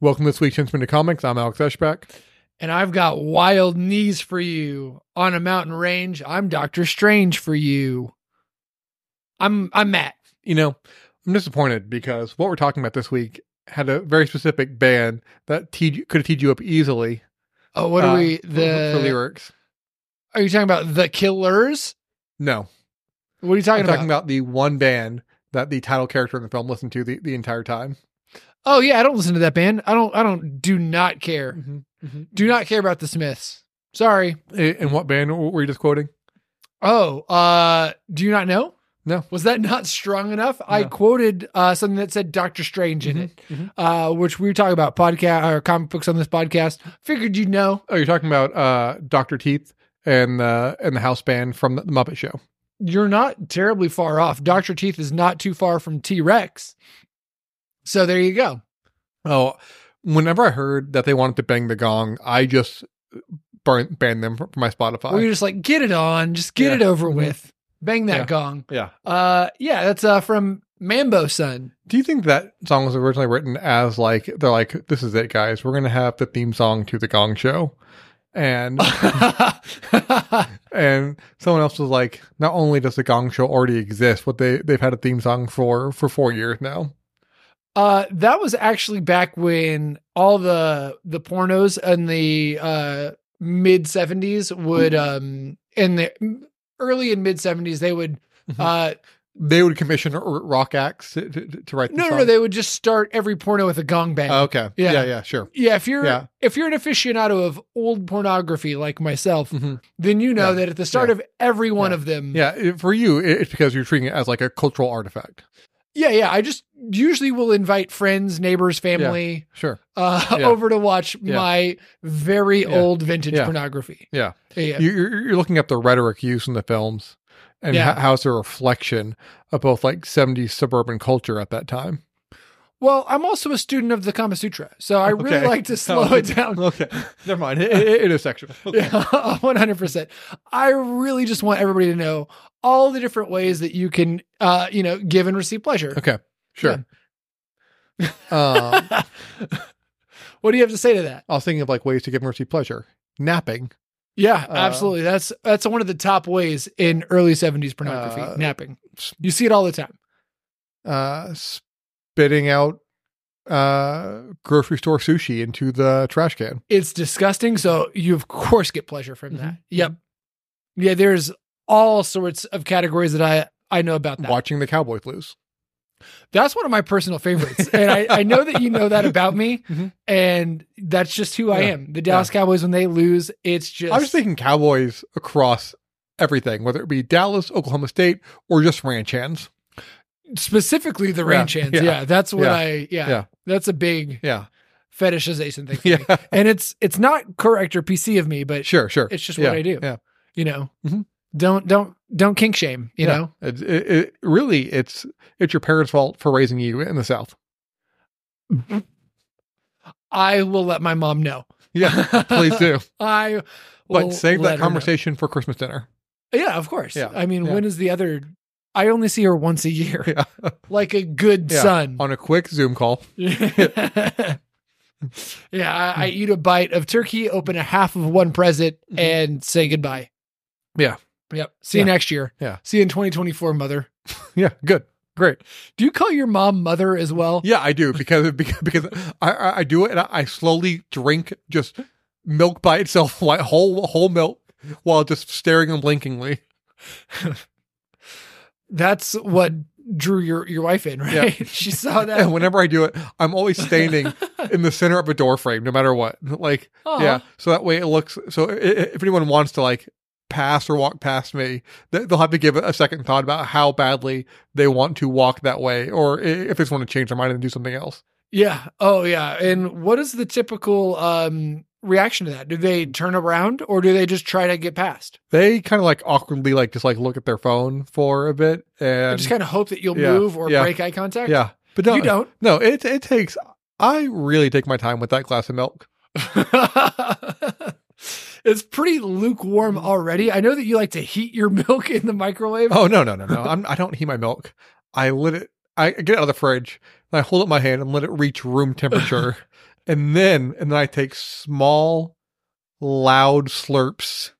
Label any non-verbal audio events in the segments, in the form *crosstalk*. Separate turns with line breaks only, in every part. Welcome this week's Henchman to Comics. I'm Alex Eschbach.
and I've got wild knees for you on a mountain range. I'm Doctor Strange for you. I'm I'm Matt.
You know, I'm disappointed because what we're talking about this week had a very specific band that teed, could have teed you up easily.
Oh, what
uh,
are we?
for-
The
for lyrics?
are you talking about the Killers?
No,
What are you talking
I'm
about?
talking about the one band that the title character in the film listened to the, the entire time.
Oh yeah, I don't listen to that band. I don't. I don't. Do not care.
Mhm.
Do not care about the Smiths. Sorry.
A- And what band were you just quoting?
Oh, uh, do you not know?
No.
Was that not strong enough? I
No.
quoted uh, something that said Doctor Strange in
Mhm.
it, uh, which we were talking about podcast or comic books on this podcast. Figured you'd know.
Oh, you're talking about uh, Doctor Teeth and uh, and the house band from the Muppet Show.
you're not terribly far off. Dr. Teeth is not too far from T Rex. So there you go.
Oh, whenever I heard that they wanted to bang the gong, I just uh, burnt banned them from my Spotify.
We're just like, get it on, just get
Yeah.
it over
Mhm.
with. Bang that
Yeah.
gong.
yeah.
Uh yeah, that's uh from Mambo Son. *laughs*
Do you think that song was originally written as like they're like, this is it, guys. We're gonna have the theme song to the Gong Show,
*laughs*
and
Uh,
and someone else was like, not only does the Gong Show already exist, but they they've had a theme song for for four years now.
uh that was actually back when all the the pornos in the uh mid 70s would
Mm-hmm.
um in the early and mid 70s they would
Mhm.
uh
They would commission r- rock acts to, to, to write. The
No, no,
song. Oh,
no. They would just start every porno with a gong bang.
okay. Yeah.
Yeah.
yeah, sure.
yeah, if you're
Yeah.
if you're an aficionado of old pornography like myself,
Mhm.
then you know
Yeah.
that at the start
Yeah.
of every one
Yeah.
of them,
Yeah, it- for you, it- it's because you're treating it as like a cultural artifact.
yeah, yeah. I just usually will invite friends, neighbors, family
Sure.
uh,
Yeah.
*laughs* over to watch
Yeah.
my very
Yeah.
old vintage
Yeah.
pornography.
Yeah.
yeah.
You- You're, you're looking at the rhetoric used in the films and
Yeah.
ho- how it's a reflection of both like 70s suburban culture at that time.
well, I'm also a student of the Kama Sutra, so
*laughs*
I
Okay.
really like to slow it down.
Okay. *laughs* Never mind. It, it- it is *laughs* sexual.
*laughs* Yeah, one hundred percent. I really just want everybody to know all the different ways that you can, uh, you know, give and receive pleasure.
Okay. Sure. *laughs* um,
what do you have to say to that?
I was thinking of like ways to give mercy pleasure. Napping.
Yeah,
Uh,
absolutely. That's that's one of the top ways in early seventies pornography.
Uh,
napping. You see it all the time.
Uh, spitting out uh grocery store sushi into the trash can.
It's disgusting. So you of course get pleasure from that.
Mhm.
Yep. Yeah, there's all sorts of categories that I I know about that.
Watching the Cowboys lose.
That's one of my personal favorites, and I, I know that you know that about me,
*laughs* Mhm.
and that's just who I
Yeah.
am. The Dallas Cowboys when they lose, it's just
I was thinking Cowboys across everything, whether it be Dallas, Oklahoma State, or just ranch hands.
specifically the
Yeah,
ranch hands.
yeah,
Yeah, that's what
yeah,
I. Yeah,
yeah.
that's a big
Yeah.
fetishization thing. For me.
*laughs* Yeah.
and it's it's not correct or PC of me, but
Sure, sure.
it's just
Yeah,
what I do.
yeah.
You know,
Mhm.
don't don't don't kink shame. You
Yeah.
know,
It's- it, it, really, it's it's your parents' fault for raising you in the South.
I will let my mom
*laughs*
know. *laughs*
Yeah, please do.
I
But
will
save
let
that
her know.
conversation for Christmas dinner.
Yeah, of course.
Yeah,
I mean,
yeah.
when is the other? I only see her once a year.
Yeah.
*laughs* like a good
Yeah.
son. *laughs*
On *laughs* a quick Zoom call.
yeah, I,
Hmm.
I eat a bite of turkey, open a half of one present,
Mhm.
and say goodbye.
Yeah.
Yep. See you
Yeah.
next year.
Yeah.
See you in 2024, mother.
Yeah, good. Great.
Do you call your mom mother as well?
Yeah, I do because *laughs* because, because I- I, I do it and I, I slowly drink just milk by itself, *laughs* like whole whole milk, while just staring unblinkingly.
That's what drew your, your wife in, *laughs* right? she saw Oh, that.
*laughs* And whenever I do it, I'm always standing
*laughs*
in the center of a door frame, no matter what. Like
Aw.
Yeah. So that way it looks. So i- i- if anyone wants to like pass or walk past me, th- they'll have to give it a second thought about how badly they want to walk that way, or i- if they just want to change their mind and do something else.
Yeah. Oh, yeah. And what is the typical um, reaction to that? Do they turn around or do they just try to get past?
They kind of like awkwardly like just like look at their phone for a bit
I
and
just kind of hope that you'll
Yeah,
move or
yeah,
break eye contact?
yeah. But no,
You don't.
no, it it takes I really take my time with that glass of milk. *laughs*
*laughs* it's pretty lukewarm already. I know that you like to heat your *laughs* milk in the microwave.
Oh no no no no! I'm, I don't heat my milk. I let it. I get it out of the fridge and I hold up my hand and let it reach room
*laughs*
temperature, and then and then I take small, loud
*laughs*
slurps.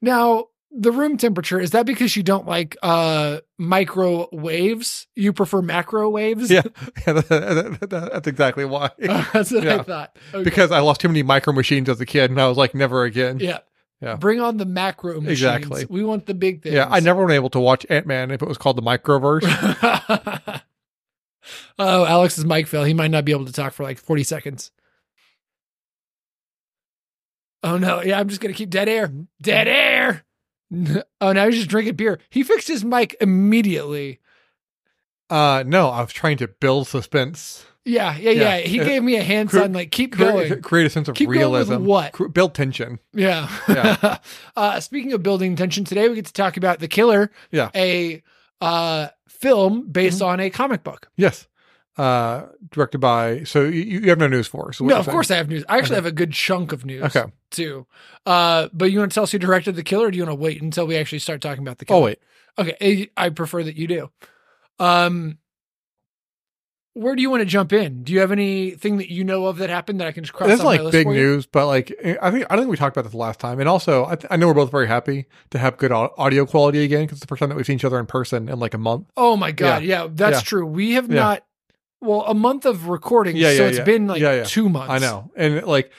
Now, the room temperature is that because you don't like uh microwaves? You prefer macrowaves?
Yeah, yeah that- that- that- that- that's exactly
*laughs*
why.
that's what I
Yeah.
thought. Okay.
Because I lost too many micro machines as a kid, and I was like, never again.
yeah.
Yeah.
Bring on the macro machines.
Exactly.
We want the big things.
Yeah, I never been able to watch Ant Man if it was called the Microverse.
*laughs* oh, Alex's mic fell. He might not be able to talk for like 40 seconds. Oh no. Yeah, I'm just going to keep dead air. Dead air. *laughs* Oh, now he's just drinking beer. He fixed his mic immediately.
Uh, no, I was trying to build suspense,
Yeah, yeah, yeah.
Yeah.
He
Uh,
gave me a hand
cre-
sign like keep
cre-
going.
create a sense of
Keep going with
realism,
what?
Cre- build tension.
Yeah.
Yeah.
*laughs* uh, speaking of building tension, today we get to talk about The Killer.
Yeah. Mm-hmm.
A uh, film based on a comic book.
Yes. Uh, directed by. So you, you have no news for us. so what
No,
you're
of
saying-
course I have news. I actually
Okay.
have a good chunk of news
Okay.
too. Uh, but you want to tell us who directed The Killer, or do you want to wait until we actually start talking about The Killer?
Oh wait.
Okay, eh, I I prefer that you do. Um, where do you want to jump in? Do you have anything that you know of that happened that I can just cross
That's
off my
like
list
big
for you?
news, but like I think I think we talked about this last time, and also I, th- I know we're both very happy to have good au- audio quality again because it's the first time that we've seen each other in person in like a month.
Oh my god, yeah, that's
Yeah.
true. We have
Yeah.
not well a month of recording,
Yeah,
so
yeah,
it's
yeah.
been like
Yeah, yeah.
two months.
I know, and like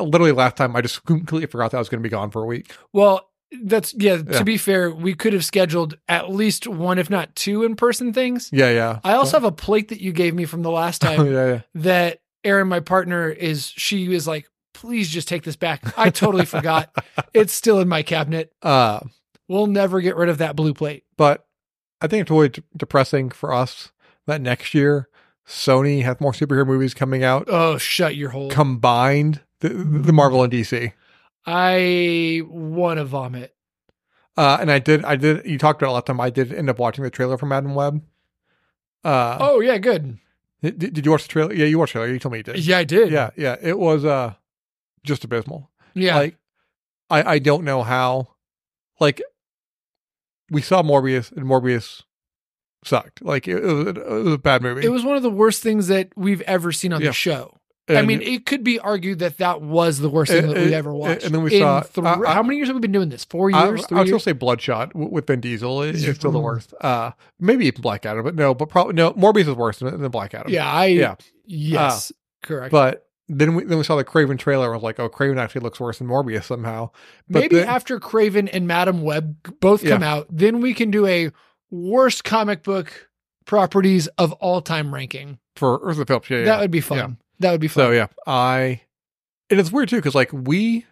literally last time I just completely forgot that I was going to be gone for a week.
Well, that's yeah,
Yeah.
To be fair, we could have scheduled at least one, if not two, in person things.
Yeah, yeah. Oh,
I also have a plate that you gave me from the last
yeah, *laughs*
time
yeah.
that Erin, my partner, is she is like, please just take this back. I
*laughs*
totally forgot. It's still in my cabinet.
Uh,
We'll never get rid of that blue plate.
but I think it's really d- depressing for us that next year Sony has more superhero movies coming out
Oh, shut your hole.
combined the, the Marvel and DC.
I want to vomit.
Uh, and I did, I did. You talked about it last time. I did end up watching the trailer for Madden Web. Uh,
oh, yeah, good.
Did, did you watch the trailer? Yeah, you watched the trailer. You told me you did.
Yeah, I did.
Yeah, yeah. It was uh, just abysmal.
Yeah.
Like, I I don't know how. Like, we saw Morbius, and Morbius sucked. Like, it, it, was, it was a bad movie.
it was one of the worst things that we've ever seen on
Yeah.
the show. I
And-
mean, it could be argued that that was the worst thing
And-
that we've
and-
ever watched.
and then we saw-
thr-
I- I-
how many years have we been doing this? Four
I, I
years?
was
three
going to
years?
say Bloodshot w- with Vin Diesel. It-
Yeah.
It's still the
Mm.
worst. Uh, maybe even Black Adam, but no, but probably no. Morbius is worse than, than Black Adam.
yeah, I
Yeah. Ah.
yes, correct.
But then we then we saw the Craven trailer. I was like, oh, Craven actually looks worse than Morbius somehow. but
Maybe
then-
after Craven and Madam Web both come out, then we can do a worst comic book properties of all time ranking.
For Ursula Phelps, yeah, yeah.
That would be fun.
Yeah.
That would be fun.
so yeah, I. And it's weird too because like we,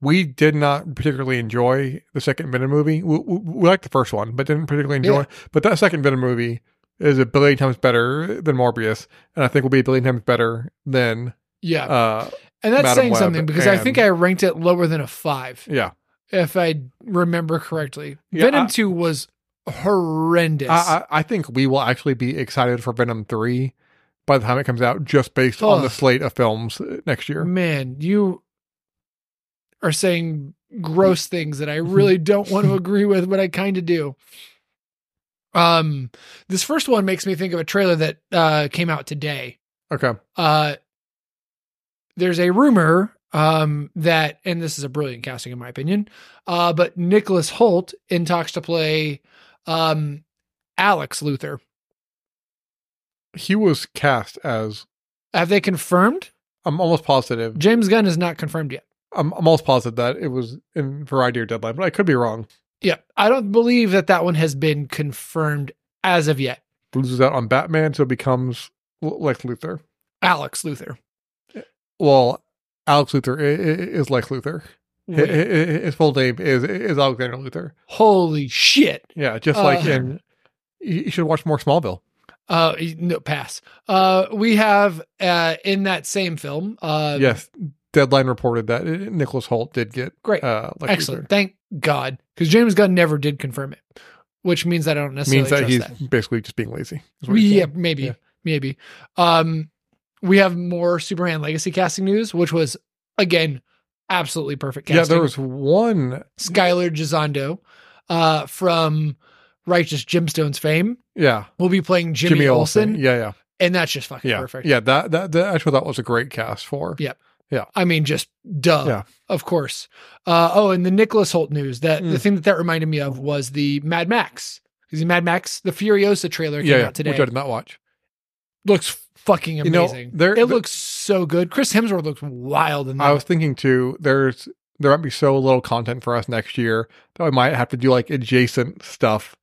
we did not particularly enjoy the second Venom movie. We, we, we liked the first one, but didn't particularly enjoy.
Yeah.
But that second Venom movie is a billion times better than Morbius, and I think will be a billion times better than
yeah,
uh
and that's
Madam
saying
Web
something because I think
and-
I ranked it lower than a five,
yeah.
if I remember correctly.
Yeah,
Venom
I-
Two was horrendous.
I, I I think we will actually be excited for Venom 3 by the time it comes out, just based on the
Ugh. Mm.
slate of films uh, next year.
Man, you are saying gross things that
*laughs*
I really don't want to agree with, but I kind of do. Um, this first one makes me think of a trailer that uh, came out today.
Okay.
Uh, there's a rumor um, that, and this is a brilliant casting in my opinion, uh, but Nicholas Holt in talks to play um, Alex Luthor.
He was cast as,
Have they confirmed?
I'm almost positive,
James Gunn is not confirmed yet.
I'm, I'm almost positive that it was in Variety or Deadline, but I could be wrong.
Yeah, I don't believe that that one has been confirmed as of yet.
Loses out on Batman, so it becomes l- Lex Luthor.
Alex Luthor.
Well, Alex Luthor i- i- is Lex Luthor. Hi- hi-
Wait,
hi- His full name is is Alexander Luthor.
holy shit.
Yeah, just like
Uh.
in. You you should watch more Smallville.
Uh no pass. Uh we have uh in that same film uh
yes, Deadline reported that Nicholas Holt did get
Great.
Uh, Lex
excellent.
Luthor.
Thank God cuz James Gunn never did confirm it, which means that I don't necessarily
means that
trust
he's
that.
basically just being lazy. is what he's
Yeah,
saying.
maybe.
Yeah.
maybe. Um, we have more Superman Legacy casting news, which was again absolutely perfect. Casting.
Yeah, there was one.
Skylar Gisondo, uh, from Righteous Gemstones fame,
Yeah,
will be playing Jimmy, Olsen,
Yeah, yeah,
and that's just fucking
yeah,
perfect.
yeah. That that that actually that was a great cast for.
Yeah. I mean, just duh.
Yeah.
Of course. Uh, oh, and the Nicholas Holt news that the
Mm.
thing that that reminded me of was the Mad Max. Is it Mad Max? The Furiosa trailer came
yeah, yeah
out today.
which I did not watch.
looks fucking
You know,
amazing.
there-
it
the-
looks so good. Chris Hemsworth looks wild in that.
I was thinking too. There's there might be so little content for us next year that we might have to do like adjacent stuff,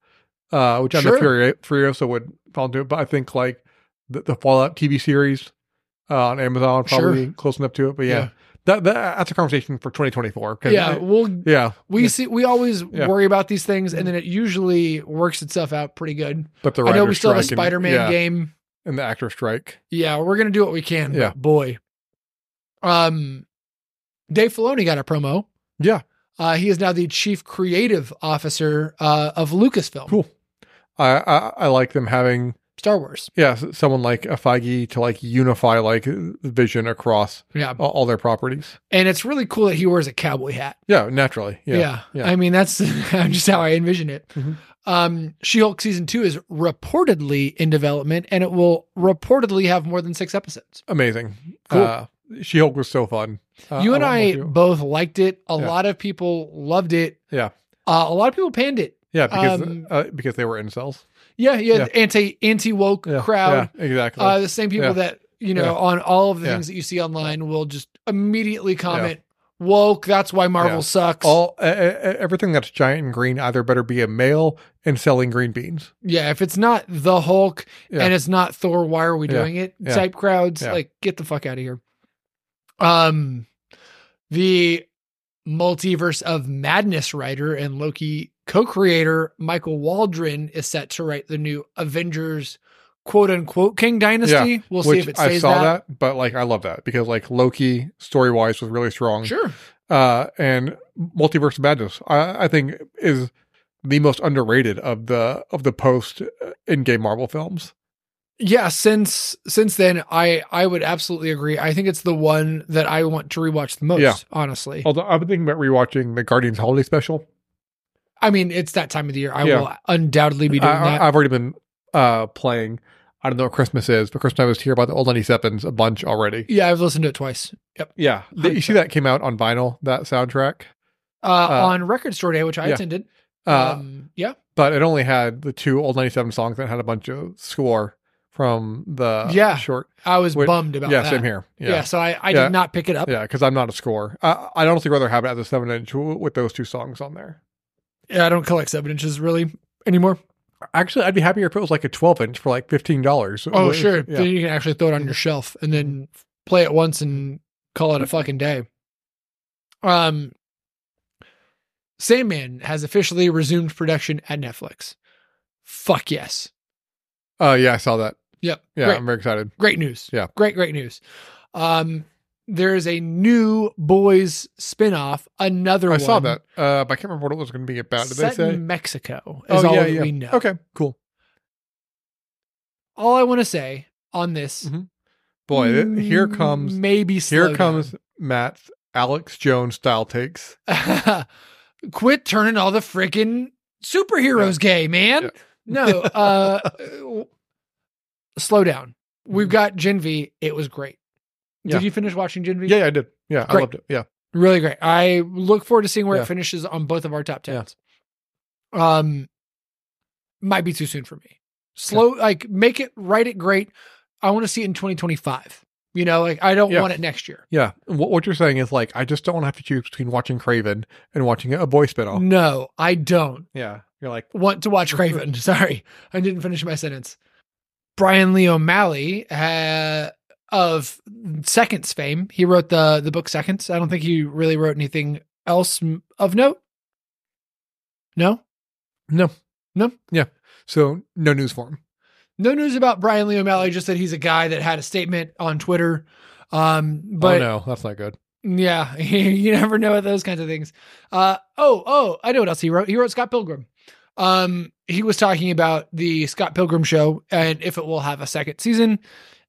uh, which I'm
Sure.
a Furio, Furiosa would probably do. But I think like the, the Fallout TV series uh, on Amazon would probably
Sure.
be close enough to it. But yeah,
Yeah.
That, that that's a conversation for 2024. 'cause
yeah,
it-
we'll
yeah.
we
Yeah.
see we always
Yeah. Hmm.
worry about these things, and then it usually works itself out pretty good.
But the
I know we
writer's
still have a
strike and-
Spider-Man
yeah,
game.
and the actor strike.
Yeah, we're gonna do what we can.
Yeah.
but boy. Um, Dave Filoni got a promo.
Yeah.
uh, he is now the chief creative officer uh, of Lucasfilm
Cool. I, I I like them having
Star Wars.
yeah s- someone like a Feige to like unify like vision across
Yeah,
all, all their properties.
and it's really cool that he wears a cowboy hat.
Yeah, naturally.
Yeah.
yeah.
I mean, that's *laughs* just how I envision it.
Mhm.
Um, she Hulk season two is reportedly in development and it will reportedly have more than six episodes.
amazing.
Cool.
Uh, she Hulk was so fun. Uh,
you and
want
I
more too.
both liked it. A
Yeah.
lot of people loved it.
Yeah.
Uh, a lot of people panned it.
yeah, because
um,
uh, because they were incels.
Yeah. Yeah.
Yeah.
the Anti, anti woke
Yeah,
crowd.
yeah, exactly.
Uh, the same people
Yeah.
that, you know,
Yeah.
on all of the
Yeah.
things that you see online will just immediately comment woke. That's why Marvel
Yeah.
sucks.
all e- e- everything that's giant and green either better be a male and selling green beans.
yeah. If it's not the Hulk,
Yeah.
and it's not Thor. Why are we
Yeah.
doing it?
Yeah.
Type crowds,
Yeah.
like get the fuck out of here. Um, the multiverse of madness writer and Loki co-creator Michael Waldron is set to write the new Avengers quote unquote King Dynasty. We'll see if
Which
it
I
stays
saw
that.
that. but like I love that because like Loki story wise was really strong.
Sure.
Uh, and Multiverse of Madness, I, I think, is the most underrated of the of the post in game Marvel films.
Yeah, since since then I I would absolutely agree. I think it's the one that I want to rewatch the most,
Yeah. Oh.
honestly.
Although I've been thinking about rewatching the Guardians Holiday Special.
I mean, it's that time of the year. I
Yeah.
will undoubtedly be doing
I,
that.
I- I've already been uh, playing. I don't know what Christmas is, but Christmas I was here by the old 97s a bunch already.
yeah, I've listened to it twice.
Yeah. The- you see that came out on vinyl, that soundtrack.
uh,
Uh,
on Record Store Day, which I
yeah.
attended.
Uh,
um, yeah,
but it only had the two old 97 songs and had a bunch of score from the
Yeah.
short.
I was
wait,
bummed about
yeah,
that.
same here.
Yeah, so I, I
Yeah.
did not pick it up.
Yeah, because I'm not a score. I, I'd honestly rather have it as a seven inch w- with those two songs on there.
Yeah, I don't collect seven inches really anymore.
Actually, I'd be happier if it was like a 12 inch for like fifteen dollars.
Oh, sure.
Yeah. Mm-hmm.
Then you can actually throw it on your shelf and then play it once and call it a fucking day. Um, Sandman has officially resumed production at Netflix. Fuck yes.
Uh, yeah, I saw that.
Yep.
Yeah,
Great.
I'm very excited.
Great news.
Yeah.
Great, great news. Um, there is a new boys spinoff, another
I
one.
saw that, uh, but I can't remember what it was going to be about. Did
set
they say?
in Mexico
Oh,
is all
yeah,
that
yeah.
we know.
Okay, cool.
All I want to say on this,
Mhm. Boy, it- here comes
maybe slow
here comes Matt's Alex Jones style takes.
down. *laughs* quit turning all the freaking superheroes gay, man.
Yeah.
No,
*laughs*
uh, w- slow down. We've got Gen V. It was great.
Mm-hmm. Yeah.
Did you finish watching Gen V?
Yeah, yeah, I did. Yeah, I
Great.
loved it. Yeah,
really great. I look forward to seeing where
Yeah.
it finishes on both of our top
Yeah.
tens. Um, might be too soon for me. Slow, like make it, write it great. I want to see it in 2025. You know, like I don't
Yeah.
want it next year.
yeah. What, what you're saying is like, I just don't want to have to choose between watching Craven and watching a boy spinoff.
No, I don't
Yeah, you're like,
want
*laughs*
to watch Craven. *laughs* Sorry, I didn't finish my sentence. Brian Lee O'Malley uh, of Seconds fame. He wrote the the book Seconds. I don't think he really wrote anything else of note. No,
so no news for him.
No news about Brian Lee O'Malley, just that he's a guy that had a statement on Twitter. Um, but
oh no, that's not good.
yeah, *laughs* you never know with those kinds of things. Uh, oh, oh, I know what else he wrote. He wrote Scott Pilgrim. Um, he was talking about the Scott Pilgrim show and if it will have a second season,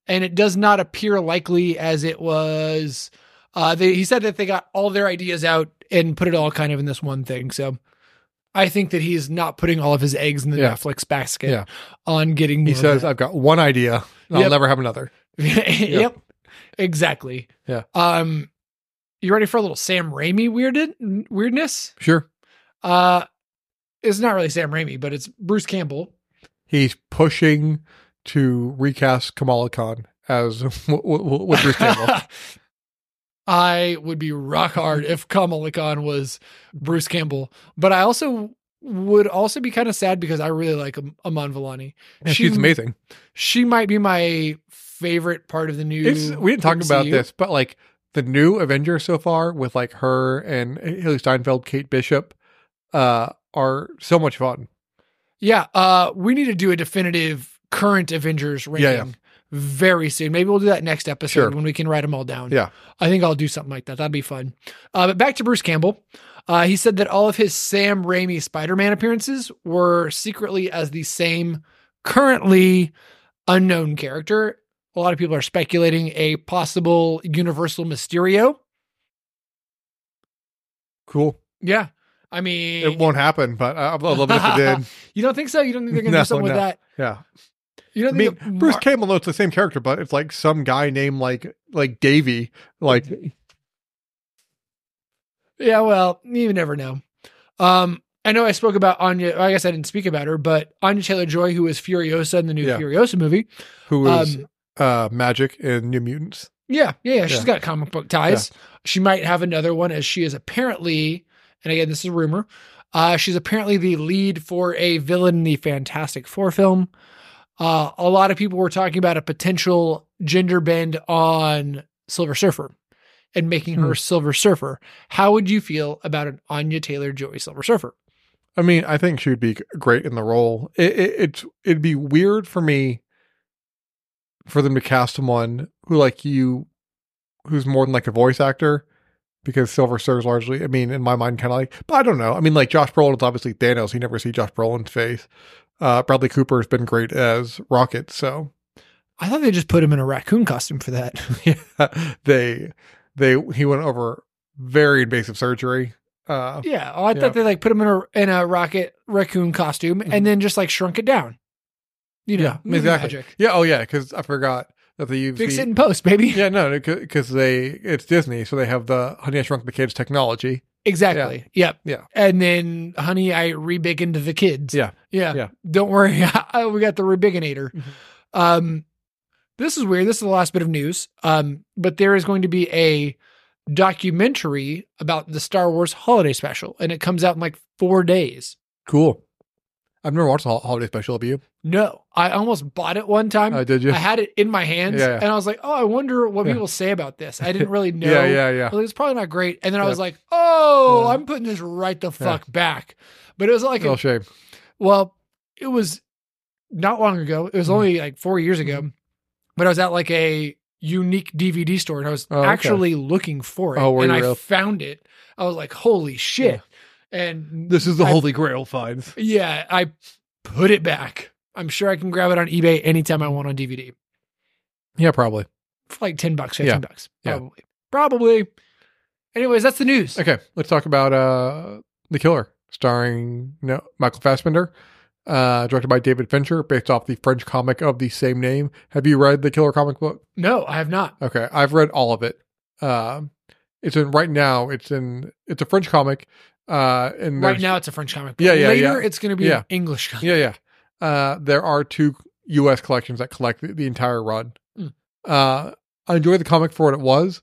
and it does not appear likely as it was. Uh, they, he said that they got all their ideas out and put it all kind of in this one thing. So I think that he's not putting all of his eggs in the
Yeah.
Netflix basket
Yeah.
on getting. More
He
of
says,
that.
"I've got one idea. and I'll
Yep.
never have another."
*laughs* yep, exactly.
Yeah.
Um, you ready for a little Sam Raimi weirded weirdness?
Sure.
Uh, it's not really Sam Raimi, but it's Bruce Campbell.
He's pushing to recast Kamala Khan as *laughs* w- w- with Bruce
*laughs*
Campbell.
I would be rock hard if Kamala Khan was Bruce Campbell, but I also would also be kind of sad because I really like Am- Aman Vellani.
And she's amazing.
She might be my favorite part of the new.
It's we didn't talk about
MCU.
this, but like the new Avenger so far with like her and Haley Steinfeld, Kate Bishop, uh, are so much fun.
Yeah, uh, we need to do a definitive current Avengers rating
Yeah, yeah.
very soon. Maybe we'll do that next episode
Sure.
when we can write them all down.
Yeah.
I think I'll do something like that. That'd be fun. Uh, but back to Bruce Campbell. Uh, he said that all of his Sam Raimi Spider Man appearances were secretly as the same currently unknown character. A lot of people are speculating a possible Universal Mysterio.
Cool.
Yeah. I mean,
It won't happen, but I, I love it if
*laughs*
it did.
you don't think so? You don't think they're going to
No,
do something
no.
with that?
Yeah. I
You don't
mean,
think that
Bruce
Mar-
Campbell, though, it's the same character, but it's like some guy named like like Davy. Like,
Yeah, well, you never know. Um, I know I spoke about Anya. I guess I didn't speak about her, but Anya Taylor Joy, who is Furiosa in the new
Yeah.
Furiosa movie.
who is
Um,
uh, Magic in New Mutants?
yeah, yeah, yeah. She's
Yeah.
got comic book ties. She might have another one, as she is apparently, and again, this is rumor. Uh, she's apparently the lead for a villain in the Fantastic Four film. Uh, a lot of people were talking about a potential gender bend on Silver Surfer and making her Silver Surfer. How would you feel about an Anya Taylor Joy Silver Surfer?
I mean, I think she would be great in the role. It, it, it's it'd be weird for me for them to cast someone who like you, who's more than like a voice actor, because Silver Surfer's largely. I mean, in my mind, kind of like, but I don't know. I mean, like Josh Brolin is obviously Thanos. You never see Josh Brolin's face. Uh, Bradley Cooper has been great as Rocket, so *laughs*
I thought they just put him in a raccoon costume for that. *laughs*
they they he went over very invasive surgery. Uh,
yeah, oh, I
Yeah.
thought they like put him in a in a rocket raccoon costume
Mhm.
and then just like shrunk it down. You know,
Yeah,
movie
exactly.
magic.
yeah, oh yeah, because I forgot that they use
Fix
the-
it in post, baby.
Yeah, no, because they it's Disney, so they have the Honey I Shrunk the Kids technology.
*laughs* Exactly. Yep.
Yeah.
And then, honey, I rebigoned the kids.
Yeah.
Yeah.
Yeah.
Don't worry, *laughs* Oh, we got the rebiginator.
Mhm.
Um, this is weird. This is the last bit of news. Um, but there is going to be a documentary about the Star Wars holiday special, and it comes out in like four days.
Cool. I've never watched a hol- holiday special of you.
No, I almost bought it one time.
Uh, did you?
I had it in my hands
Yeah, yeah.
and I was like, oh, I wonder what
Yeah.
people say about this. I didn't really know.
*laughs* Yeah, yeah, yeah.
Well, it's probably not great. And then I
Yeah.
was like, oh,
Yeah. Oh.
I'm putting this right the fuck back. But it was like, a-
Little shame.
well, it was not long ago. It was
Mhm.
only like four years
Mm-hmm.
ago. But I was at like a unique DVD store and I was
Oh, okay.
actually looking for it.
Oh, were
and
you
I
real?
found it. I was like, holy shit. And
This is the
I-
Holy Grail finds.
yeah, I put it back. I'm sure I can grab it on eBay anytime I want on DVD
Yeah, probably.
for like 10 bucks, 15
Yeah.
bucks.
Yeah.
Probably. Probably. Anyways, that's the news.
Okay, let's talk about uh The Killer, starring no Michael Fassbender, uh, directed by David Fincher, based off the French comic of the same name. Have you read the Killer comic book?
No, I have not.
Okay, I've read all of it. Um, it's in right now. It's in it's a French comic. Uh, and
Right
there's-
now, it's a French comic.
Yeah, yeah,
Later,
yeah.
it's going to be
Yeah.
an English comic.
Yeah, yeah. Uh, there are two U.S. collections that collect the, the entire run.
Mm.
Uh, I enjoyed the comic for what it was,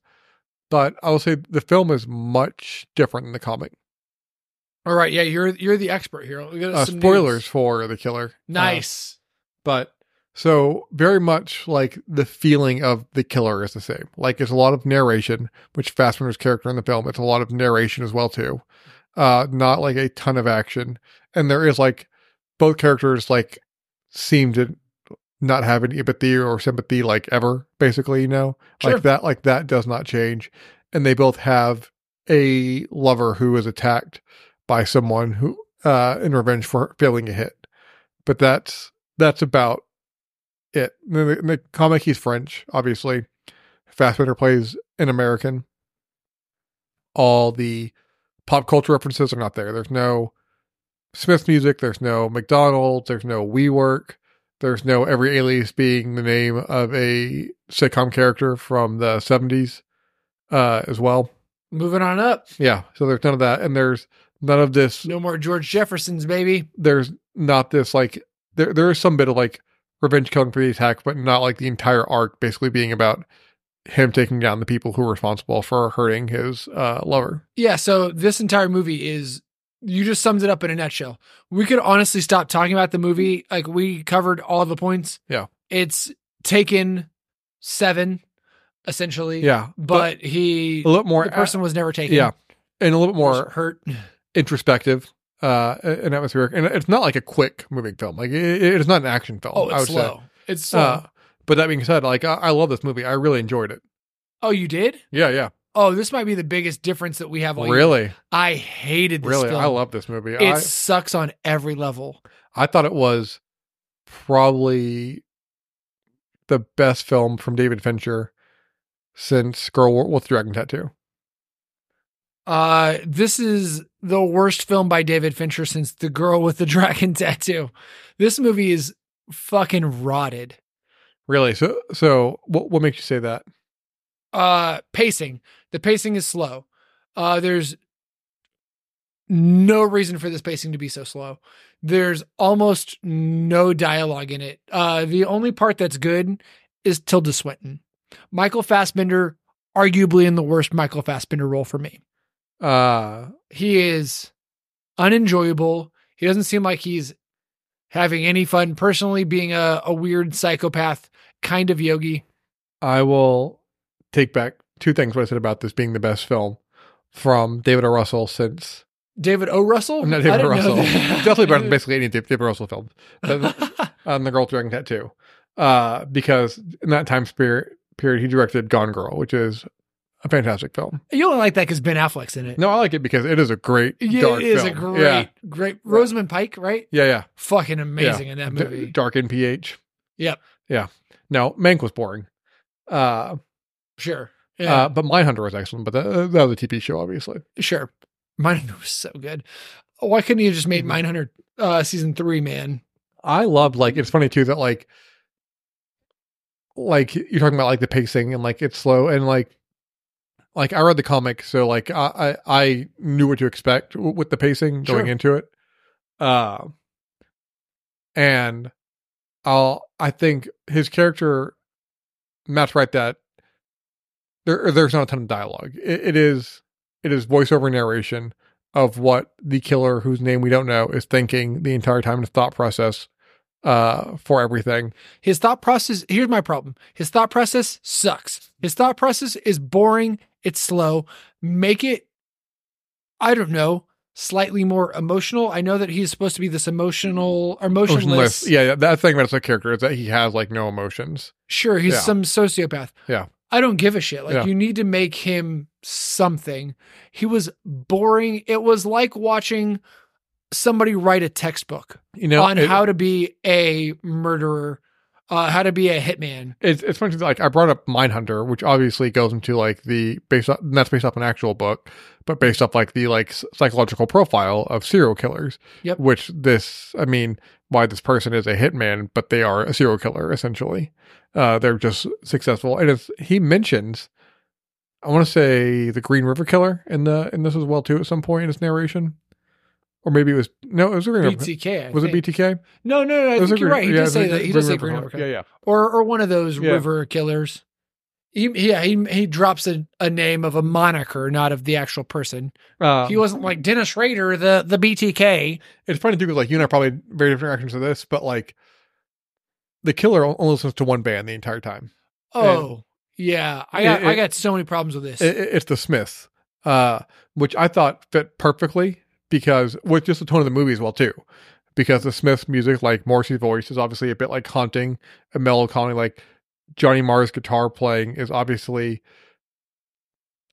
but I will say the film is much different than the comic.
All right. Yeah, you're you're the expert here. We got
Uh,
some
spoilers
news.
for The Killer. Uh,
Nice.
but so very much like the feeling of the killer is the same. Like it's a lot of narration, which Fassbender's character in the film, it's a lot of narration as well too. Uh, not like a ton of action, and there is like both characters like seem to not have any empathy or sympathy like ever. Basically, you know,
Sure.
like that, like that does not change, and they both have a lover who is attacked by someone who uh, in revenge for failing a hit. But that's that's about it. In the, in the comic, he's French, obviously. Fassbender plays an American. All the pop culture references are not there. There's no Smith's music. There's no McDonald's. There's no WeWork. There's no every alias being the name of a sitcom character from the 70s uh, as well.
Moving on up.
Yeah. So there's none of that. And there's none of this.
No more George Jeffersons, baby.
There's not this like, there, there is some bit of like revenge killing for the attack, but not like the entire arc basically being about him taking down the people who were responsible for hurting his uh, lover.
Yeah, so this entire movie is you just summed it up in a nutshell. We could honestly stop talking about the movie. Like we covered all the points.
Yeah.
It's taken seven, essentially.
Yeah.
But, he
a little more.
the person was never taken.
yeah. And a little bit
He was
more
hurt.
*laughs* introspective uh and atmospheric and it's not like a quick moving film like it, it's not an action film
Oh,
I would
it's
say.
slow. It's slow.
Uh, but that being said like I, I love this movie i really enjoyed it
oh, you did?
yeah yeah
Oh, this might be the biggest difference that we have all year.
really
I hated this
really
film.
i love this movie
it sucks on every level.
i i thought it was probably the best film from david fincher since girl with dragon tattoo
Uh, this is the worst film by David Fincher since The Girl with the *laughs* Dragon Tattoo. This movie is fucking rotted.
really so so what, what makes you say that
Uh, pacing. The pacing is slow. Uh, there's no reason for this pacing to be so slow. There's almost no dialogue in it. Uh, the only part that's good is Tilda Swinton. Michael Fassbender, arguably in the worst Michael Fassbender role for me.
uh
he is unenjoyable. He doesn't seem like he's having any fun personally, being a, a weird psychopath kind of yogi.
I will take back two things what I said about this being the best film from David O. Russell since
David O. Russell?
not
Oh, I
David O.
didn't know
Russell,
that.
definitely
*laughs*
better than basically any David O. Russell film than *laughs* um, the Girl with Dragon Tattoo, uh, because in that time spirit period he directed Gone Girl, which is a fantastic film.
you only like that because Ben Affleck's in it.
No, I like it because it is a great
yeah,
dark
it is
film.
a great,
yeah,
great Rosamund Pike, right?
yeah, yeah.
Fucking amazing in that
D-
movie.
dark NPH.
Yep.
Yeah. No, Mank was boring. Uh,
sure. Yeah,
uh, but Mindhunter was excellent. But that, that was a TV show, obviously.
sure. Mindhunter *laughs* was so good. Why couldn't you have just made
Mm-hmm.
Mindhunter uh, season three, man?
I loved like it's funny too that like like you're talking about like the pacing and like it's slow and like like I read the comic so like I I, I knew what to expect w- with the pacing going
Sure.
into it. Uh, and I'll I think his character Matt's right that there there's not a ton of dialogue. It, it is it is voiceover narration of what the killer whose name we don't know is thinking the entire time in his thought process uh for everything
His thought process, here's my problem. His thought process sucks. His thought process is boring, it's slow. Make it, I don't know, slightly more emotional. I know that he's supposed to be this emotional, emotionless.
Emotionless. yeah yeah, that thing about his character is that he has like no emotions
Sure, he's
Yeah.
some sociopath.
Yeah.
I don't give a shit. Like
Yeah.
you need to make him something. He was boring. It was like watching somebody write a textbook
you know
on
it-
how to be a murderer, uh, how to be a hitman.
it's, it's funny 'cause, like i brought up mindhunter which obviously goes into like the based on that's based off an actual book but based off like the like s- psychological profile of serial killers
Yep.
which this i mean why this person is a hitman but they are a serial killer essentially uh they're just successful and it's he mentions i want to say the green river killer in the in this as well too at some point in his narration or maybe it was no it was the green river
BTK. I
was it
think.
btk
No, no, no. I
It was
think
a
you're
Green-
right. He
yeah,
does
it
say
was a
that. He does say Green River Killer.
yeah yeah
Or, or one of those
Yeah.
river killers. He, yeah, he, he drops a, a name of a moniker, not of the actual person.
Um,
he wasn't like Dennis Rader, the, the BTK.
it's funny too because like you and I probably had very different reactions to this, but like the killer o- only listens to one band the entire time.
Oh, yeah. I got,
it-
I got so many problems with this.
I- I- it's the Smiths, uh, which I thought fit perfectly because with just the tone of the movie as well too, because the Smiths' music, like Morrissey's voice, is obviously a bit like haunting and melancholy. Like Johnny Marr's guitar playing is obviously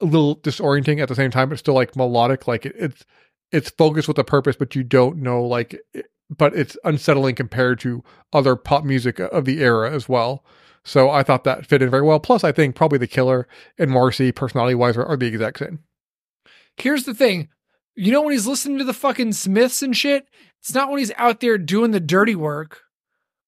a little disorienting at the same time, but still like melodic. Like it, it's it's focused with a purpose, but you don't know like, it- but it's unsettling compared to other pop music of the era as well. So I thought that fit in very well. Plus, I think probably the killer and Marcy, personality wise, are, are the exact same.
Here's the thing. You know when he's listening to the fucking Smiths and shit? It's not when he's out there doing the dirty work.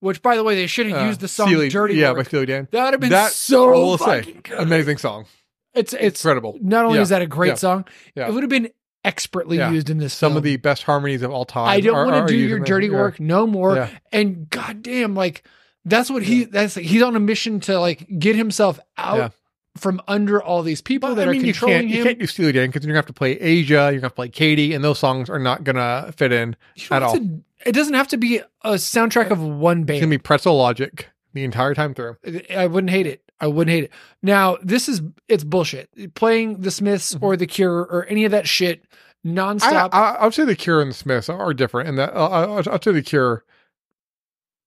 Which by the way, they should have
Uh,
used the song
Steely-
Dirty
yeah, by
Work.
Steely Dan.
that would have been
that,
so
I will say,
fucking good.
Amazing song,
It's it's
incredible.
not only
Yeah,
is that a great
yeah,
song,
yeah.
it would have been expertly
Yeah.
used in this
Some
film.
of the best harmonies of all time.
I don't
are-
want
are
to do
used
your
in this-
dirty
yeah.
work no more.
Yeah.
And goddamn, like that's what he that's like, he's on a mission to like get himself out
Yeah.
from under all these people
Well,
that are
you
controlling
can't,
him.
You can't do Steely Dan because you're gonna have to play Asia, you're gonna have to play Katie, and those songs are not gonna fit in.
You
at
don't have to- it doesn't have to be a soundtrack of one
It's gonna
band.
be pretzel logic the entire time through.
I wouldn't hate it. I wouldn't hate it. Now, this is it's bullshit. Playing the Smiths or the Cure or any of that shit
Mm-hmm. I,
nonstop.
I, I would say the Cure and the Smiths are different, and that uh, I, I- I'd say the Cure.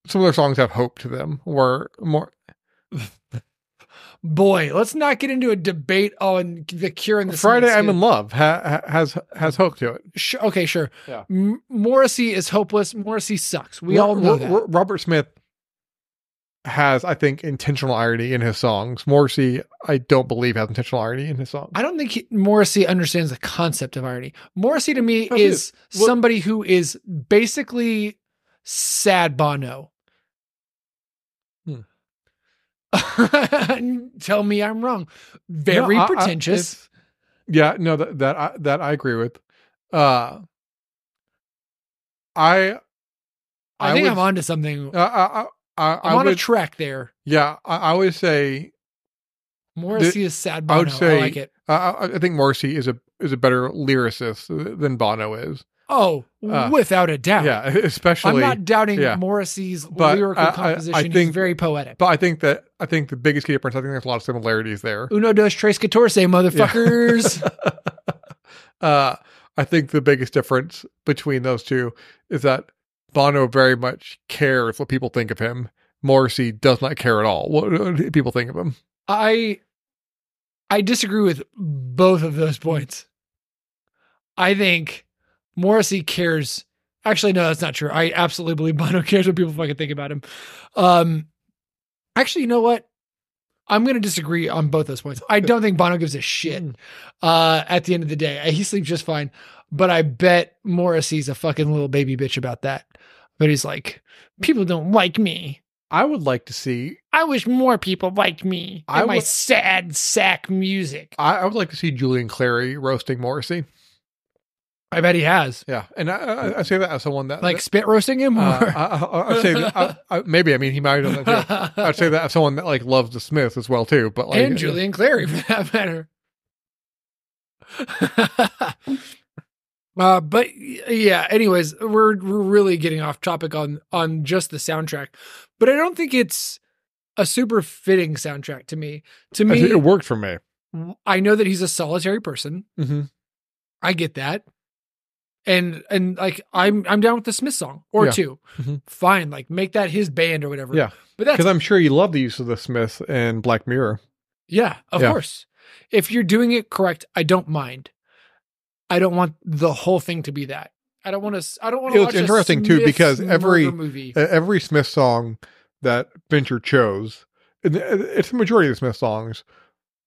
Some of their songs have hope to them, where more
Boy, let's not get into a debate on the Cure and the
Friday
Smiths. Mm.
I'm in Love ha, ha, has has hope to it.
Sh- okay, sure.
Yeah.
M- Morrissey is hopeless. Morrissey sucks. We
Ro-
all know
Ro-
that.
Ro- Robert Smith has, I think, intentional irony in his songs. Morrissey, I don't believe, has intentional irony in his songs.
I don't think he, Morrissey understands the concept of irony. Morrissey to me
Oh,
is
dude. Well-
somebody who is basically sad Bono.
Hmm.
*laughs* Tell me I'm wrong. Very
No, I- I-
pretentious.
it's- yeah, no, that that I, that I agree with. Uh, I,
I, think
would-
I'm onto something.
I, I, I, I,
I'm on a
would,
track there.
yeah, I, I would say
Morrissey is sad
I
Bono.
would
I,
say-
like it.
I- I, I think Morrissey is a is a better lyricist than Bono is.
Oh,
uh,
without a doubt.
Yeah, *laughs* especially.
I'm not doubting
yeah.
Morrissey's
But
lyrical
I- I- I
composition. He's
think-
very poetic.
but I think that I think the biggest key difference. I think there's a lot of similarities there.
Uno dos tres catorce,
*laughs*
motherfuckers.
uh, I think the biggest difference between those two is that Bono very much cares what people think of him. Morrissey does not care at all what people think of him.
I I disagree with both of those points. I think Morrissey cares. Actually, no, that's not true. I absolutely believe *laughs* Bono cares what people fucking think about him. Um, actually, you know what? I'm going to disagree on both those points. I don't think Bono gives a shit. Uh, at the end of the day, he sleeps just fine. But I bet Morrissey's a fucking little baby bitch about that. But he's like, people don't like me.
I would like to see.
I wish more people liked me
I
and my
wa-
sad sack music.
I, I would like to see Julian Clary roasting Morrissey.
I bet he has.
Yeah, and I, I, I say that as someone that
Like spit roasting him
uh,
or
I, I, I say that, I, I, maybe. I mean, he might have done that too.
*laughs*
I'd say that as someone that like loves the Smiths as well too. But like,
and Julian Clary for that matter. uh, but y- yeah, anyways, we're we're really getting off topic on on just the soundtrack. But I don't think it's a super fitting soundtrack to me. To
I think it
me,
worked for me.
I know that he's a solitary person.
Mm-hmm.
I get that. And and like I'm I'm down with the Smith song or
Yeah.
two.
Mhm.
Fine, like make that his band or whatever.
Yeah.
But that's
Because I'm sure you love the use of the Smiths in Black Mirror.
yeah, of
Yeah.
course. If you're doing it correct, I don't mind. I don't want the whole thing to be that. I don't want to I don't want to
It's
watch
interesting,
a
too,
Smiths
because every-
murder movie
Uh, every Smith song that Venture chose, and it- it's the majority of the Smith songs,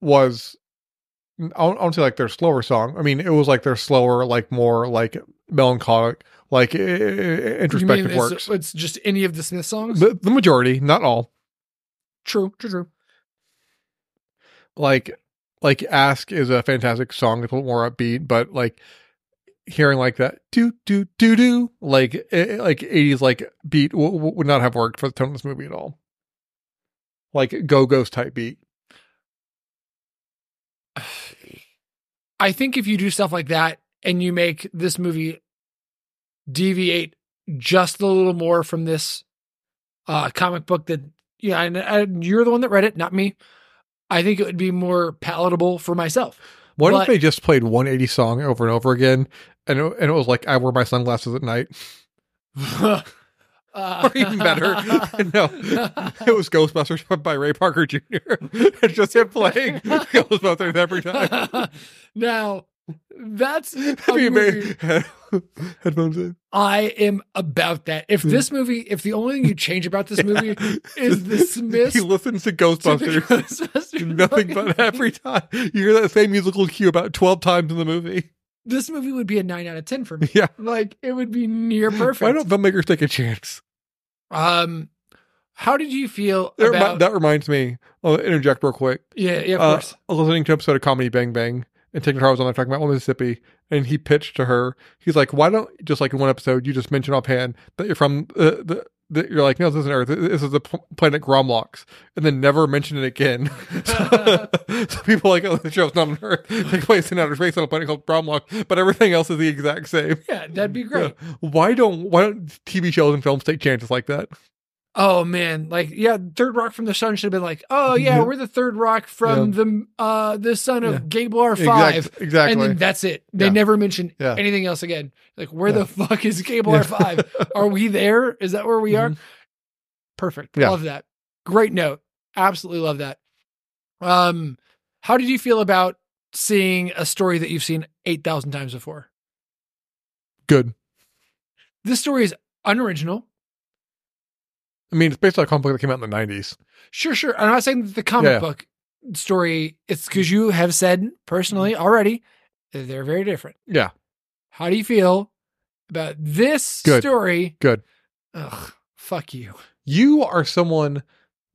was I don't, I don't say like their slower song. I mean, it was like their slower, like more like melancholic, like i- i-
You mean
introspective
it's-
works.
It's just any of the Smith songs?
The, the majority, not all.
true, true, true.
Like, like Ask is a fantastic song. It's a little more upbeat, but like hearing like that do do do do like eh, like eighties like beat w- w- would not have worked for the tone of this movie at all. Like Go Go's type beat.
I think if you do stuff like that and you make this movie deviate just a little more from this uh, comic book that yeah, and, and you're the one that read it, not me. I think it would be more palatable for myself. *laughs*
What
But-
if they just played one eighty song over and over again, and it, and it was like I wear my sunglasses at night, *laughs*
or
or even better, *laughs* no, it was Ghostbusters *laughs* by Ray *laughs*
*laughs*
Parker Jr. it's just him playing Ghostbusters every time.
*laughs* now, That's a
Be
movie.
amazing. *laughs* Headphones in.
I am about that. If
Hmm.
this movie, if the only thing you change about
*laughs*
this movie is the Smiths
He listens to
to the
Ghostbusters.
Ghostbusters
*laughs* Nothing
fucking
but
thing,
every time you hear that same musical cue about twelve times in the movie. *laughs*
this movie would be a nine out of ten for me.
Yeah,
Like it would be near perfect.
Why don't filmmakers take a chance?
Um, how did you feel
That, remi-
about?
that reminds me. I'll interject real quick.
yeah, yeah, of
uh,
course.
I was listening to an episode of Comedy Bang Bang, and Tig Notaro was on there talking about well, Mississippi, and he pitched to her. He's like, "Why don't just like in one episode you just mention offhand that you're from uh, the." That you're like, no, this isn't Earth. This is the pl- planet Gromlocks, and then never mention it again. *laughs*
*laughs*
so, so people are like, oh, the show's not on Earth. *laughs* It takes place in outer space on a planet called Gromlock, but everything else is the exact same.
Yeah, that'd be great.
Yeah. Why don't why don't TV shows and films take chances like that?
Oh man, like yeah, Third Rock from the Sun should have been like, oh yeah,
Yeah.
we're the Third Rock from the uh the son of
Yeah.
Gablar Five,
Exact- exactly.
and then that's it. They
Yeah.
never mention
Yeah.
anything else again. Like, where
Yeah.
the fuck is
Yeah.
Gablar Five? Are we there? Is that where we are? Perfect.
Mm-hmm. Yeah.
Love that. Great note. Absolutely love that. Um, how did you feel about seeing a story that you've seen eight thousand times before?
*laughs* Good.
this story is unoriginal.
I mean, it's based on a comic book that came out in the '90s.
Sure, sure. I'm not saying that the comic
Yeah.
book story. It's because you have said personally
Mm-hmm.
already that they're very different.
Yeah.
How do you feel about this
Good.
story?
Good.
Ugh, fuck you.
You are someone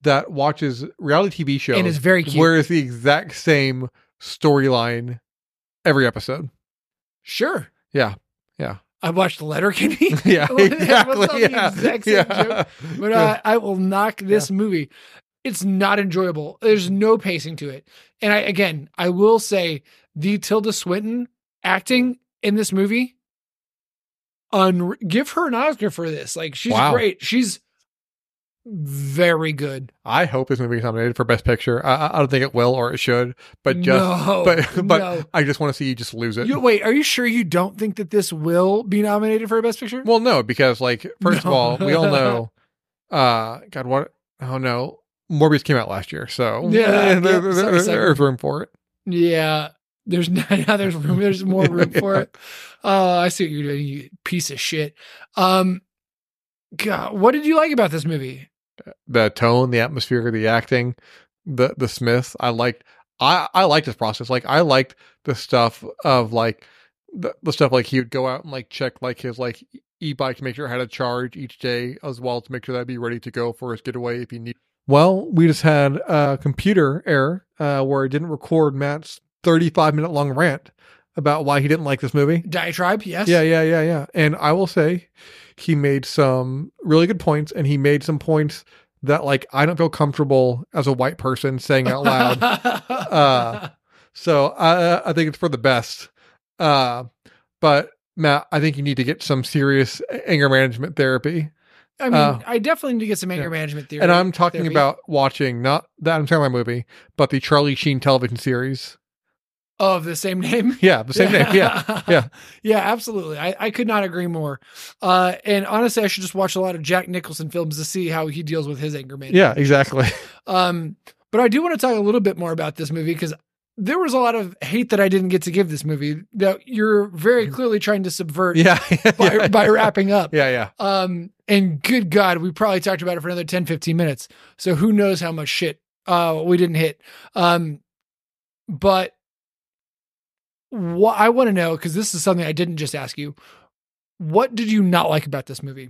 that watches reality TV shows
and it's very cute.
where it's the exact same storyline every episode. *laughs*
sure.
Yeah, yeah.
I watched Letterkenny. *laughs*
Yeah,
Well, that was
exactly.
on the
yeah.
exact same
yeah.
but
Yeah.
uh, I will knock this movie. It's not enjoyable. There's no pacing to it. And I again, I will say the Tilda Swinton acting in this movie. Un- give her an Oscar for this. Like she's
Wow.
great. She's very good.
I hope this movie is nominated for Best Picture. I, I- I don't think it will or it should, but just
*laughs* no,
but but
no.
I just want to see you just lose it.
You, wait, are you sure you don't think that this will be nominated for Best Picture?
Well, no, because like first
No.
of all, we all know.
*laughs*
Uh, God, what? Oh no, Morbius came out last year, so *laughs* there-
Yeah, yeah,
there-
so-
there-
so-
there's room for it.
yeah, there's *laughs* not, now there's room. There's more
*laughs*
room for it. Oh, I see what you're doing, you piece of shit. Um, God, what did you like about this movie?
The tone, the atmosphere, the acting, the the Smiths. I liked. I I liked this process. Like I liked the stuff of like the, the stuff like he would go out and like check like his like e bike to make sure it had a charge each day as well to make sure that would be ready to go for his getaway if he need. Well, we just had a computer error uh, where it didn't record Matt's 35 minute long rant about why he didn't like this movie.
Diatribe, yes.
Yeah, yeah, yeah, yeah. And I will say he made some really good points and he made some points that like I don't feel comfortable as a white person saying out loud.
*laughs*
Uh, So I I think it's for the best. Uh, but Matt, I think you need to get some serious anger management therapy.
I mean,
uh,
I definitely need to get some anger
yeah.
management theory.
and I'm talking
therapy.
about watching not the Adam Sandler movie, but the Charlie Sheen television series.
of the same name.
Yeah, the same
*laughs*
name. Yeah. yeah.
yeah, absolutely. I, I could not agree more. Uh, and honestly, I should just watch a lot of Jack Nicholson films to see how he deals with his anger management.
Yeah, exactly. *laughs*
Um, but I do want to talk a little bit more about this movie because there was a lot of hate that I didn't get to give this movie that you're very clearly trying to subvert
Mm-hmm. Yeah. *laughs*
by,
yeah.
by wrapping up.
Yeah, yeah.
Um, and good God, we probably talked about it for another 10, 15 minutes. So who knows how much shit uh, we didn't hit. Um, but what I want to know, because this is something I didn't just ask you, what did you not like about this movie?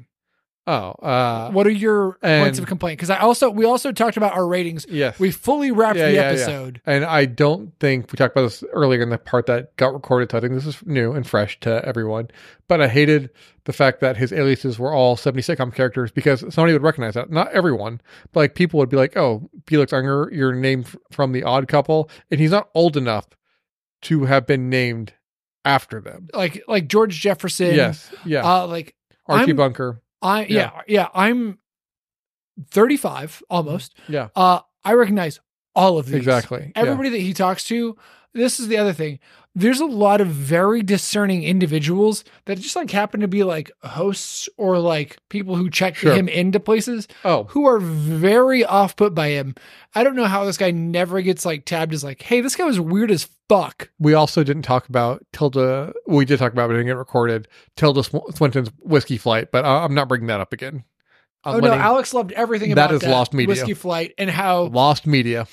Oh, uh
What are your points
and-
of complaint? Because I also we also talked about our ratings.
yes.
We fully wrapped
Yeah,
the
yeah, yeah.
episode.
And I don't think we talked about this earlier in the part that got recorded. So I think this is new and fresh to everyone. But I hated the fact that his aliases were all 70 sitcom characters because somebody would recognize that. Not everyone, but like people would be like, oh, Felix Unger, your name f- from The Odd Couple. And he's not old enough to have been named after them.
Like like George Jefferson.
Yes. Yeah.
Uh, like
Archie
I'm-
Bunker.
I yeah. yeah I'm 35 almost.
Mm-hmm. Yeah.
Uh I recognize all of these.
Exactly. Yeah.
Everybody that he talks to, this is the other thing. There's a lot of very discerning individuals that just like happen to be like hosts or like people who check
Sure.
him into places
Oh,
who are very off put by him. I don't know how this guy never gets like tabbed as like, hey, this guy was weird as fuck.
we also didn't talk about Tilda. We did talk about, it, but it didn't get recorded. Tilda Sw- Swinton's whiskey flight, but I, I'm not bringing that up again. I'm
oh
letting-
no, Alex loved everything
That is
about
lost media.
whiskey flight and how
lost media.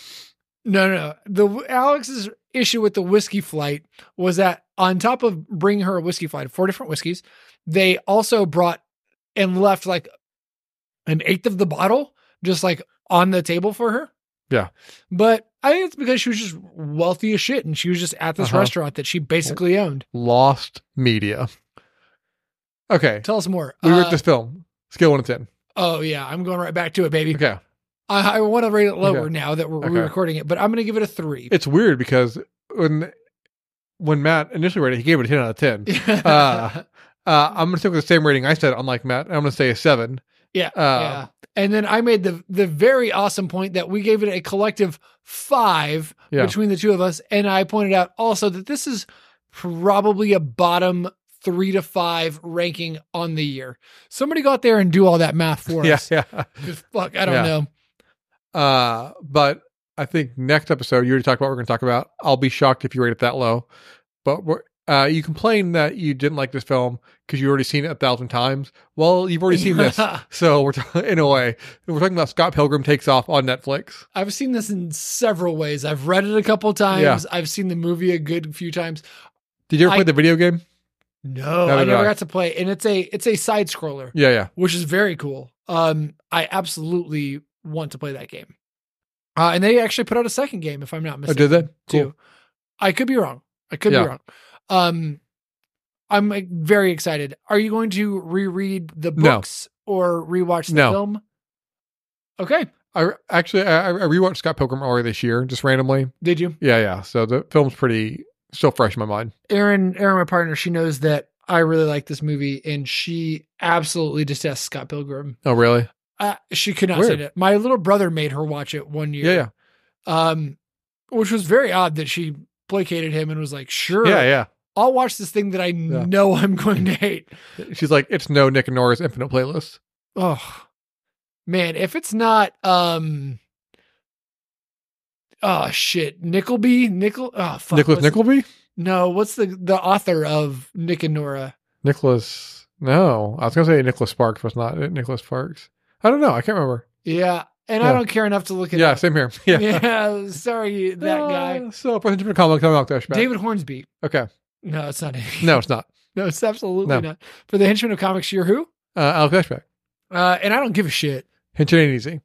No, no. The Alex's issue with the whiskey flight was that on top of bringing her a whiskey flight, four different whiskeys, they also brought and left like an eighth of the bottle just like on the table for her.
Yeah.
But I think it's because she was just wealthy as shit and she was just at this
Uh-huh.
restaurant that she basically owned.
Lost media. Okay,
Tell us more.
we
Uh,
wrote this film. Scale one to ten.
oh yeah, I'm going right back to it, baby.
Okay,
I, I want to rate it lower
Okay.
now that we're
Okay.
re-recording it, but I'm going to give it a three.
it's weird because when when Matt initially rated, it, he gave it a ten out of *laughs* ten. uh, Uh, I'm gonna stick with the same rating I said. Unlike Matt, I'm gonna say a seven.
Yeah. yeah.
Uh,
um, And then I made the the very awesome point that we gave it a collective five
Yeah.
between the two of us. And I pointed out also that this is probably a bottom three to five ranking on the year. Somebody go out there and do all that math for
*laughs* yeah,
us.
yeah.
'Cause Fuck, I don't
Yeah.
know.
Uh, but I think next episode you already talked about. What we're going to talk about. I'll be shocked if you rate it that low. But we're, uh, you complained that you didn't like this film because you already seen it a thousand times. Well, you've already seen this, so we're t- *laughs* in a way we're talking about Scott Pilgrim Takes Off on Netflix.
*laughs* I've seen this in several ways. I've read it a couple times. I've seen the movie a good few times.
Did you ever
I-
play the video game?
No,
Neither
I
did
never
I.
got to play. And it's a it's a side scroller,
Yeah, yeah.
which is very cool. Um, I absolutely want to play that game. Uh, and they actually put out a second game, if I'm not
Oh,
mistaken.
did that?
too. I could be wrong. I could
Yeah.
be wrong. Um, I'm like, very excited. Are you going to reread the
No.
books or rewatch the
No.
film? Okay,
I actually I, I rewatched Scott Pilgrim earlier this year, just randomly.
did you?
Yeah, yeah. So the film's pretty still fresh in my mind.
Erin, Erin, my partner, she knows that I really like this movie, and she absolutely detests Scott Pilgrim.
Oh, really?
Uh, she could not
Weird.
stand it. My little brother made her watch it one year.
Yeah, yeah,
um, which was very odd that she placated him and was like, "Sure,
yeah, yeah.
I'll watch this thing that I know I'm going to hate."
She's like, it's no Nick and Nora's Infinite Playlist.
Oh man, if it's not um, oh shit, Nickleby, Nickel, oh fuck,
Nicholas
what's-
Nickleby?
No, what's the the author of Nick and Nora?
Nicholas. No, I was gonna say Nicholas Sparks, but it's not Nicholas Sparks. I don't know. I can't remember.
Yeah, and I
Yeah.
don't care enough to look at.
Yeah, same here. *laughs* Yeah,
sorry, *laughs* that guy,
Uh, so, President Jim Comic, Comic Dash Back.
David Hornsby.
Okay,
No, it's not. him.
no, it's not.
*laughs* no, it's absolutely
No.
not. For the henchman of comics, you're who?
Uh, Alec Dashback.
Uh, and I don't give a shit.
Hinch it ain't easy.